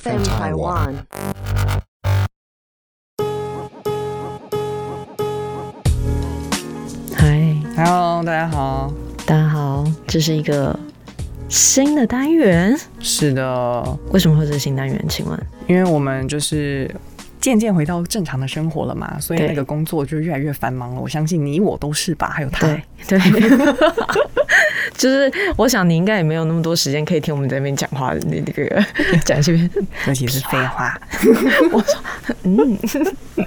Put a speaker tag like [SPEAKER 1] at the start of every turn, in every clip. [SPEAKER 1] FM Taiwan.
[SPEAKER 2] 嗨，
[SPEAKER 3] Hello，大家好。
[SPEAKER 2] 大家好，这是一个新的单元。
[SPEAKER 3] 是的，
[SPEAKER 2] 为什么会是新单元？请问？
[SPEAKER 3] 因为我们就是渐渐回到正常的生活了嘛，所以
[SPEAKER 2] 对
[SPEAKER 3] 那个工作就越来越繁忙了。我相信你我都是吧，还有他。
[SPEAKER 2] 对， 就是我想你应该也没有那么多时间可以听我们在那边讲话，那那个讲这边，
[SPEAKER 3] 尤其是废话。
[SPEAKER 2] 嗯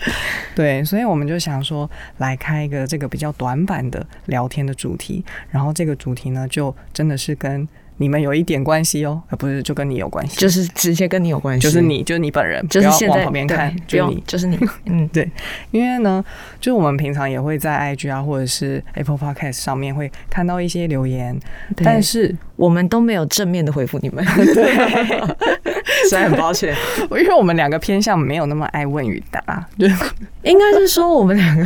[SPEAKER 3] 对，所以我们就想说，来开一个这个比较短板的聊天的主题，然后这个主题呢，就真的是跟你们有一点关系哦，呃，不是，就跟你有关系，
[SPEAKER 2] 就是直接跟你有关系，
[SPEAKER 3] 就是，你，就是你本人，
[SPEAKER 2] 就是
[SPEAKER 3] 不
[SPEAKER 2] 现
[SPEAKER 3] 要往
[SPEAKER 2] 在
[SPEAKER 3] 旁边
[SPEAKER 2] 对
[SPEAKER 3] 看，
[SPEAKER 2] 不
[SPEAKER 3] 就你
[SPEAKER 2] 用，。就是你，嗯，
[SPEAKER 3] 因为呢，就是我们平常也会在 IG 啊，或者是 Apple Podcast 上面会看到一些留言，
[SPEAKER 2] 对
[SPEAKER 3] 但是
[SPEAKER 2] 我们都没有正面的回复你们， 对，所以很抱歉。
[SPEAKER 3] 因为我们两个偏向没有那么爱问与答，就是
[SPEAKER 2] 应该是说我们两个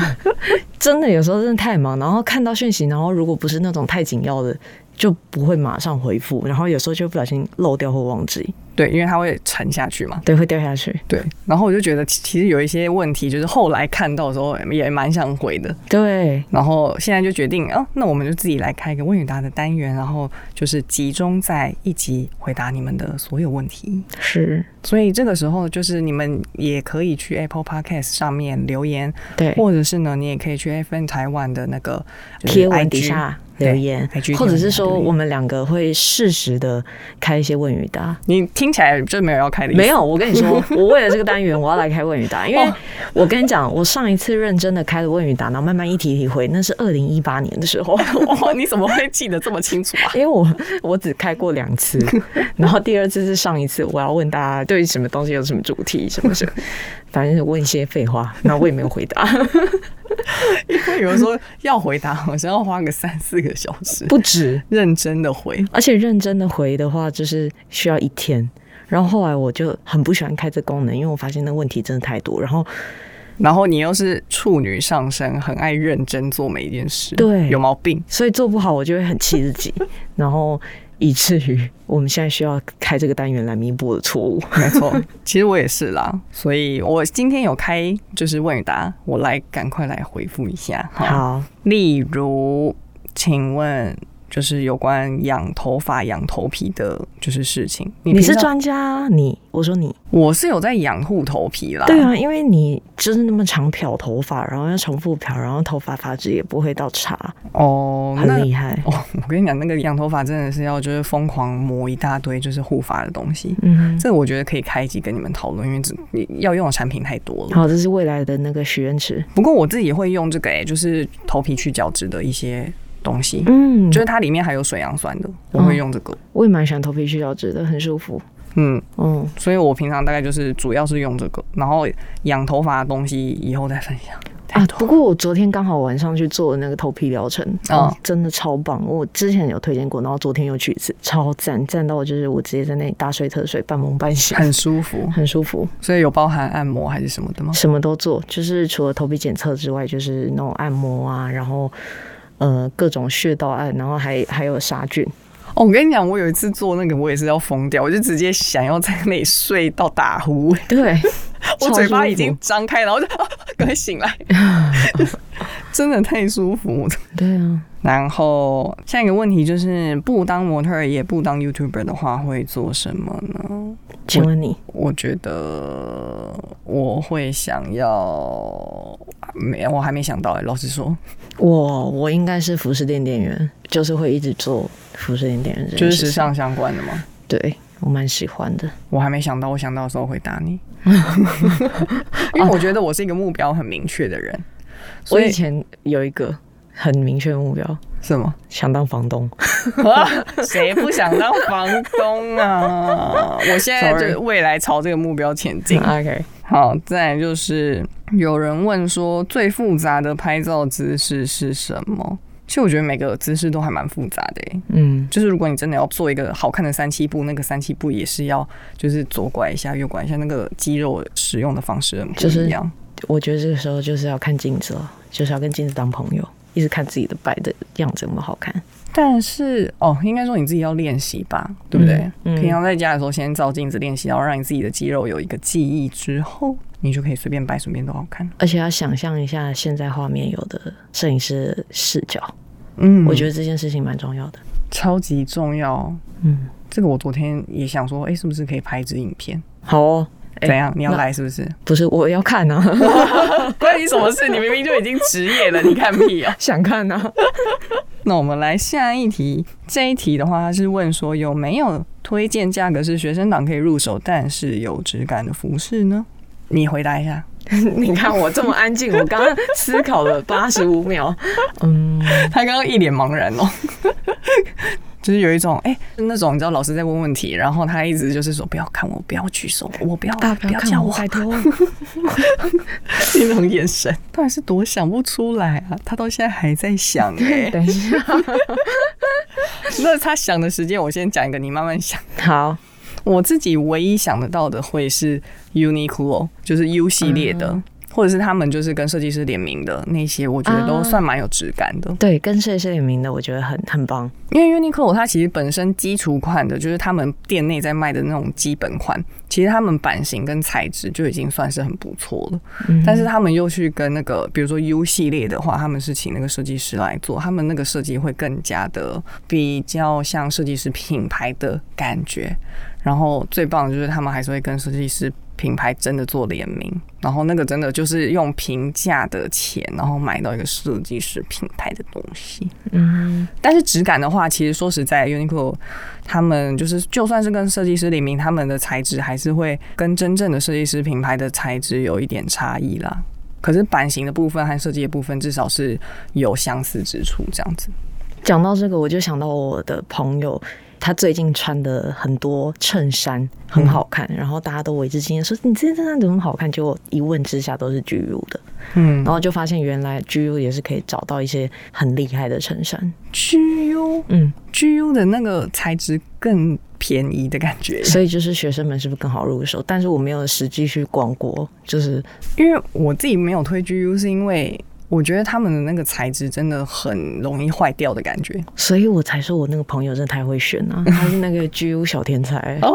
[SPEAKER 2] 真的有时候真的太忙，然后看到讯息，然后如果不是那种太紧要的，就不会马上回复，然后有时候就不小心漏掉或忘记，
[SPEAKER 3] 对，因为它会沉下去嘛。
[SPEAKER 2] 对，会掉下去。
[SPEAKER 3] 对，然后我就觉得其其实有一些问题，就是后来看到的时候也蛮想回的，
[SPEAKER 2] 对，
[SPEAKER 3] 然后现在就决定，哦，那我们就自己来开一个问与答的单元，然后就是集中在一集回答你们的所有问题。
[SPEAKER 2] 是，
[SPEAKER 3] 所以这个时候，就是你们也可以去 Apple Podcast 上面留言，
[SPEAKER 2] 对，
[SPEAKER 3] 或者是呢，你也可以去 FN 台湾的那个就是
[SPEAKER 2] 贴文
[SPEAKER 3] IG
[SPEAKER 2] 底下留言
[SPEAKER 3] 对 IG，
[SPEAKER 2] 或者是说
[SPEAKER 3] 留言
[SPEAKER 2] 我们两个会适时的开一些问与答。
[SPEAKER 3] 你听起来就没有要开的意思，
[SPEAKER 2] 没有，我跟你说，我为了这个单元，我要来开问与答，因为
[SPEAKER 3] 哦
[SPEAKER 2] 我跟你讲，我上一次认真的开了问与答，然后慢慢一题一题回，那是二零一八年的时候。
[SPEAKER 3] 哇，你怎么会记得这么清楚啊？
[SPEAKER 2] 因为我我只开过两次，然后第二次是上一次，我要问大家对于什么东西有什么主题什么什么，反正问一些废话，然后我也没有回答，
[SPEAKER 3] 因为有时候要回答，好像要花个三四个小时，
[SPEAKER 2] 不止，
[SPEAKER 3] 认真的回。
[SPEAKER 2] 而且认真的回的话就是需要一天。然后后来我就很不喜欢开这功能，因为我发现那问题真的太多。然后
[SPEAKER 3] 然后你又是处女上身，很爱认真做每一件事，
[SPEAKER 2] 对
[SPEAKER 3] 有毛病。
[SPEAKER 2] 所以做不好，我就会很气自 己，然后以至于我们现在需要开这个单元来弥补我的错误。
[SPEAKER 3] 没错，其实我也是啦，所以我今天有开就是问与答，我来赶快来回复一下。哈，
[SPEAKER 2] 好，
[SPEAKER 3] 例如，请问就是有关养头发、养头皮的，就是事情。你
[SPEAKER 2] 你是
[SPEAKER 3] 平常
[SPEAKER 2] 专家啊，你我说你。
[SPEAKER 3] 我是有在养护头皮啦，
[SPEAKER 2] 对啊，因为你就是那么常漂头发，然后要重复漂，然后头发发质也不会到差，
[SPEAKER 3] 哦，那
[SPEAKER 2] 很厉害。
[SPEAKER 3] 哦，我跟你讲，那个养头发真的是要就是疯狂抹一大堆就是护发的东西。
[SPEAKER 2] 嗯哼，
[SPEAKER 3] 这我觉得可以开一集跟你们讨论，因为这你要用的产品太多了。
[SPEAKER 2] 好，这是未来的那个许愿池。
[SPEAKER 3] 不过我自己会用这个、欸，就是头皮去角质的一些东西，
[SPEAKER 2] 嗯，
[SPEAKER 3] 就
[SPEAKER 2] 就是
[SPEAKER 3] 它里面含有水杨酸的，我会用这个。
[SPEAKER 2] 我也蛮喜欢头皮去角质的，很舒服。
[SPEAKER 3] 嗯，
[SPEAKER 2] 嗯，
[SPEAKER 3] 所以我平常大概就是主要是用这个，然后养头发的东西以后再分享。
[SPEAKER 2] 啊，不过我昨天刚好晚上去做那个头皮疗程，
[SPEAKER 3] 哦
[SPEAKER 2] 哦，真的超棒！我之前有推荐过，然后昨天又去一次，超赞，赞到我就是我直接在那里大睡特睡，半梦半醒，
[SPEAKER 3] 很舒服，
[SPEAKER 2] 很舒服，
[SPEAKER 3] 所以有包含按摩还是什么的吗？
[SPEAKER 2] 什么都做，就是除了头皮检测之外，就是那种按摩啊，然后呃各种穴道按，然后还还有杀菌，
[SPEAKER 3] 哦，我跟你讲，我有一次做那个，我也是要疯掉，我就直接想要在那里睡到打呼，
[SPEAKER 2] 对，
[SPEAKER 3] 我
[SPEAKER 2] 超
[SPEAKER 3] 嘴
[SPEAKER 2] 舒
[SPEAKER 3] 巴已经
[SPEAKER 2] 服
[SPEAKER 3] 张开，然后就、啊、赶快醒 来，真的太舒服。
[SPEAKER 2] 对啊，
[SPEAKER 3] 然后下一个问题就是，不当模特儿也不当 YouTuber 的话，会做什么呢？
[SPEAKER 2] 请问你
[SPEAKER 3] 我觉得我会想要，没，我还没想到哎、老实说，
[SPEAKER 2] 我我应该是服饰店店员，就是会一直做服饰店店员这件
[SPEAKER 3] 就是
[SPEAKER 2] 事情
[SPEAKER 3] 时尚相关的嘛。
[SPEAKER 2] 对我蛮喜欢的。
[SPEAKER 3] 我还没想到，我想到的时候回答 你，因为我觉得我是一个目标很明确的人。
[SPEAKER 2] 我
[SPEAKER 3] 所
[SPEAKER 2] 以
[SPEAKER 3] 以
[SPEAKER 2] 前有一个很明确的目标，
[SPEAKER 3] 什么？
[SPEAKER 2] 想当房 东。
[SPEAKER 3] 谁不想当房东 啊？我现在
[SPEAKER 2] Sorry
[SPEAKER 3] 就是未来朝这个目标前进。
[SPEAKER 2] OK，
[SPEAKER 3] 好，再来就是有人问说最复杂的拍照姿势是什么？其实我觉得每个姿势都还蛮复杂的、欸，
[SPEAKER 2] 嗯，
[SPEAKER 3] 就是如果你真的要做一个好看的三七步，那个三七步也是要就是左拐一下、右拐一下，那个肌肉使用的方式很不
[SPEAKER 2] 就是
[SPEAKER 3] 一样。
[SPEAKER 2] 我觉得这个时候就是要看镜子了，就是要跟镜子当朋友。一直看自己的白的样子有没有好看。
[SPEAKER 3] 但是哦，应该说你自己要练习吧，对不对？
[SPEAKER 2] 嗯嗯
[SPEAKER 3] 平常在家的时候，先照镜子练习，然后让你自己的肌肉有一个记忆之后，你就可以随便摆，随便都好看。
[SPEAKER 2] 而且要想象一下现在画面有的摄影师的视角，
[SPEAKER 3] 嗯
[SPEAKER 2] 我觉
[SPEAKER 3] 得
[SPEAKER 2] 得这件事情蛮重要的。
[SPEAKER 3] 超级重要。
[SPEAKER 2] 嗯，
[SPEAKER 3] 这个我昨天也想说，哎、是不是可以拍一支影片？
[SPEAKER 2] 好哦，哎
[SPEAKER 3] 怎样？你要
[SPEAKER 2] 那
[SPEAKER 3] 来是 不是？
[SPEAKER 2] 不是我要看啊，
[SPEAKER 3] 关你什么事？你明明就已经职业了，你看屁啊！
[SPEAKER 2] 想看啊。
[SPEAKER 3] 那我们来下一题。这一题的话，它是问说有没有推荐价格是学生党可以入手，但是有质感的服饰呢？你回答一下。
[SPEAKER 2] 你看我这么安静，我刚刚思考 了八十五秒。嗯，
[SPEAKER 3] 他刚刚一脸茫然哦， 就是有一种哎、那种你知道老师在问问题，然后他一直就是说不要看我，不要举手，我不要，
[SPEAKER 2] 大家不要看
[SPEAKER 3] 叫
[SPEAKER 2] 我，
[SPEAKER 3] 我，
[SPEAKER 2] 拜托。
[SPEAKER 3] 那种眼神，到底是多想不出来啊？他到现在还在想哎、
[SPEAKER 2] 等一下，
[SPEAKER 3] 那他想的时间，我先讲一个，你慢慢想。
[SPEAKER 2] 好，
[SPEAKER 3] 我自己唯一想得到的会是 Uniqlo，就是 U 系列的。或者是他们就是跟设计师联名的那些，我觉得都
[SPEAKER 2] 啊
[SPEAKER 3] 算蛮有质感的。
[SPEAKER 2] 对，跟谁谁联名的，我觉得很很棒。
[SPEAKER 3] 因为 Uniqlo 它其实本身基础款的，就是他们店内在卖的那种基本款，其实他们版型跟材质就已经算是很不错了。
[SPEAKER 2] 嗯
[SPEAKER 3] 但是他们又去跟那个，比如说 U 系列的话，他们是请那个设计师来做，他们那个设计会更加的比较像设计师品牌的感觉。然后最棒的就是他们还是会跟设计师品牌真的做联名，然后那个真的就是用平价的钱，然后买到一个设计师品牌的东西。
[SPEAKER 2] 嗯，
[SPEAKER 3] 但是质感的话，其实说实在，Uniqlo 他们就是就算是跟设计师联名，他们的材质还是会跟真正的设计师品牌的材质有一点差异啦。可是版型的部分和设计的部分，至少是有相似之处，这样子。
[SPEAKER 2] 讲到这个，我就想到我的朋友，他最近穿的很多衬衫很好看，然后大家都为之惊艳，说你这件衬衫怎么那么好看？结果一问之下都是 GU 的，
[SPEAKER 3] 嗯
[SPEAKER 2] 然后就发现原来 GU 也是可以找到一些很厉害的衬衫。
[SPEAKER 3] ，GU
[SPEAKER 2] 嗯，
[SPEAKER 3] GU 的那个材质更便宜的感觉，
[SPEAKER 2] 所以就是学生们是不是更好入手？但是我没有实际去逛过，就是
[SPEAKER 3] 因为我自己没有推 GU，是因为我觉得他们的那个材质真的很容易坏掉的感觉。
[SPEAKER 2] 所以我才说我那个朋友真的太会选 啊，他是那个 GU 小天才。
[SPEAKER 3] 哦，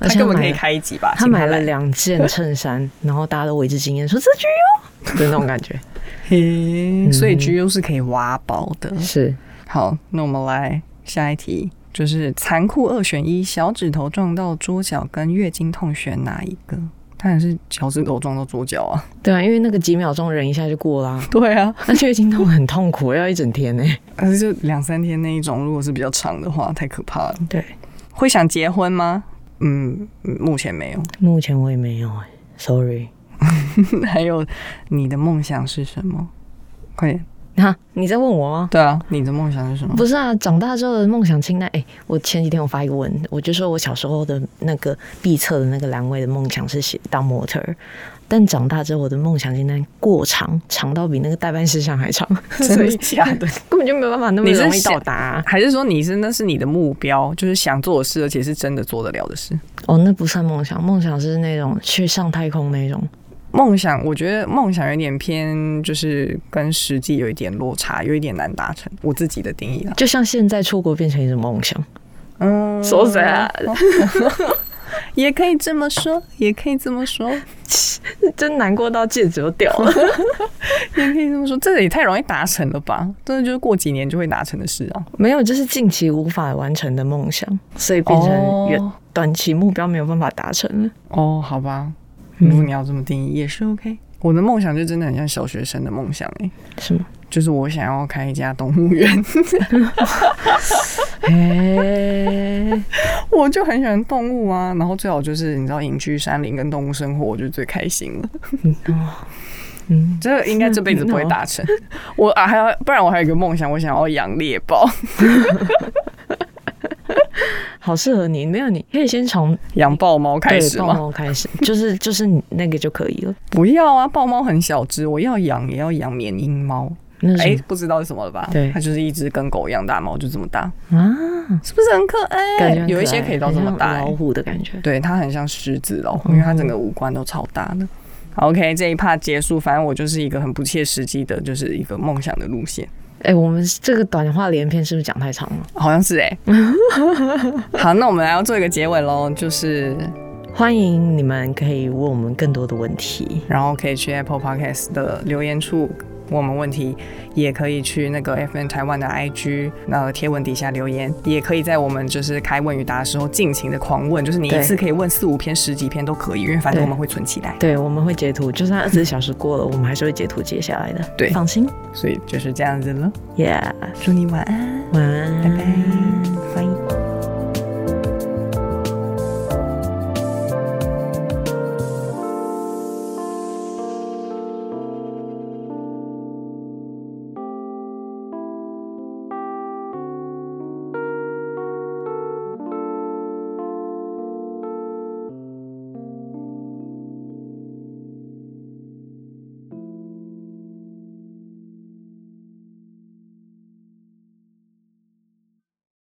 [SPEAKER 2] 而
[SPEAKER 3] 他
[SPEAKER 2] 且
[SPEAKER 3] 根本
[SPEAKER 2] 买
[SPEAKER 3] 可以
[SPEAKER 2] 了
[SPEAKER 3] 开一集吧？
[SPEAKER 2] 他
[SPEAKER 3] 请
[SPEAKER 2] 买了
[SPEAKER 3] 来
[SPEAKER 2] 两件衬衫，然后大家都为之惊艳，说这 GU 的那种感 觉。
[SPEAKER 3] 嘿，所以 GU 是可以挖宝的。
[SPEAKER 2] 是，
[SPEAKER 3] 好，那我们来下一题，就是残酷二选一，小指头撞到桌角跟月经痛选哪一个？当然是小指头撞到桌角啊！
[SPEAKER 2] 对啊，因为那个几秒钟忍一下就过啦、
[SPEAKER 3] 对啊，
[SPEAKER 2] 那月经痛很痛苦，要一整天呢、
[SPEAKER 3] 但是就两三天那一种，如果是比较长的话，太可怕了。
[SPEAKER 2] 对，
[SPEAKER 3] 会想结婚吗？嗯，嗯目前没有。
[SPEAKER 2] 目前我也没有哎、s o r r y
[SPEAKER 3] 还有，你的梦想是什么？快点！
[SPEAKER 2] 哈，你在问我吗？
[SPEAKER 3] 对啊，你的梦想是什么？
[SPEAKER 2] 不是啊，长大之后的梦想清单，哎、我前几天我发一个文，我就说我小时候的那个必测的那个栏位的梦想是写当模特儿，但长大之后我的梦想清单过长，长到比那个代办事项还 长，所以
[SPEAKER 3] 假的？
[SPEAKER 2] 根本就没有办法那么
[SPEAKER 3] 你是
[SPEAKER 2] 容易到
[SPEAKER 3] 想
[SPEAKER 2] 达啊、
[SPEAKER 3] 还是说你是那是你的目标，就是想做的事，而且是真的做得了的事？
[SPEAKER 2] 哦，那不算梦想，梦想是那种去上太空那种。
[SPEAKER 3] 梦想，我觉得梦想有点偏，就是跟实际有一点落差，有一点难达成。我自己的定义啦，
[SPEAKER 2] 就像现在出国变成一种梦想，
[SPEAKER 3] 嗯，
[SPEAKER 2] 说谁啊？
[SPEAKER 3] 也可以这么说，也可以这么说，
[SPEAKER 2] 真难过到戒指都掉了。
[SPEAKER 3] 也可以这么说，这也太容易达成了吧？真的就是过几年就会达成的事啊。
[SPEAKER 2] 没有，就是近期无法完成的梦想，所以变成远、
[SPEAKER 3] 哦
[SPEAKER 2] 短期目标没有办法达成了。
[SPEAKER 3] 哦，好吧，
[SPEAKER 2] 嗯
[SPEAKER 3] 如果你要这么定义，也是 OK。我的梦想就真的很像小学生的梦想哎、
[SPEAKER 2] 什么？
[SPEAKER 3] 就是我想要开一家动物 园，
[SPEAKER 2] 哎，
[SPEAKER 3] 我就很喜欢动物啊，然后最好就是你知道隐居山林跟动物生活，我就最开心了。
[SPEAKER 2] 哦嗯，
[SPEAKER 3] 这个应该这辈子不会达成。我啊，还有不然我还有一个梦想，我想要养猎豹，
[SPEAKER 2] 好适合你。没有，你可以先从
[SPEAKER 3] 养豹猫开
[SPEAKER 2] 对
[SPEAKER 3] 始
[SPEAKER 2] 豹
[SPEAKER 3] 吗？
[SPEAKER 2] 猫开始，就是 就是你那个就可以了。
[SPEAKER 3] 不要啊，豹猫很小只，我要养也要养缅因猫。
[SPEAKER 2] 那是
[SPEAKER 3] 哎、
[SPEAKER 2] 什
[SPEAKER 3] 不知道是什么了吧？
[SPEAKER 2] 对
[SPEAKER 3] 它就是一只跟狗一样大猫，就这么大，
[SPEAKER 2] 么啊，
[SPEAKER 3] 是不是很可爱？
[SPEAKER 2] 感觉很
[SPEAKER 3] 哎有
[SPEAKER 2] 爱
[SPEAKER 3] 一些可以到这么大、
[SPEAKER 2] 很像
[SPEAKER 3] 哎
[SPEAKER 2] 老虎的感觉。
[SPEAKER 3] 对，它很像狮子老虎，因为它整个五官都超大的。好 OK，这一趴结束，反正我就是一个很不切实际的，就是一个梦想的路线。
[SPEAKER 2] 哎、我们这个短话连篇是不是讲太长了？
[SPEAKER 3] 好像是哎、好，那我们来要做一个结尾喽，就是
[SPEAKER 2] 欢迎你们可以问我们更多的问题。
[SPEAKER 3] 然后可以去 Apple Podcast 的留言处问我们问题，也可以去那个 FN 台湾的 IG 那贴文底下留言，也可以在我们就是开问与答的时候尽情的狂问，就是你一
[SPEAKER 2] 对
[SPEAKER 3] 次可以问四五篇、十几篇都可以，因为反正
[SPEAKER 2] 对
[SPEAKER 3] 我们会存起来。
[SPEAKER 2] 对，我们会截图，就算二十四小时过了，我们还是会截图截下来的。
[SPEAKER 3] 对
[SPEAKER 2] 放心。
[SPEAKER 3] 所以就是这样子了，
[SPEAKER 2] Yeah，
[SPEAKER 3] 祝你晚安，
[SPEAKER 2] 晚安，
[SPEAKER 3] 拜拜。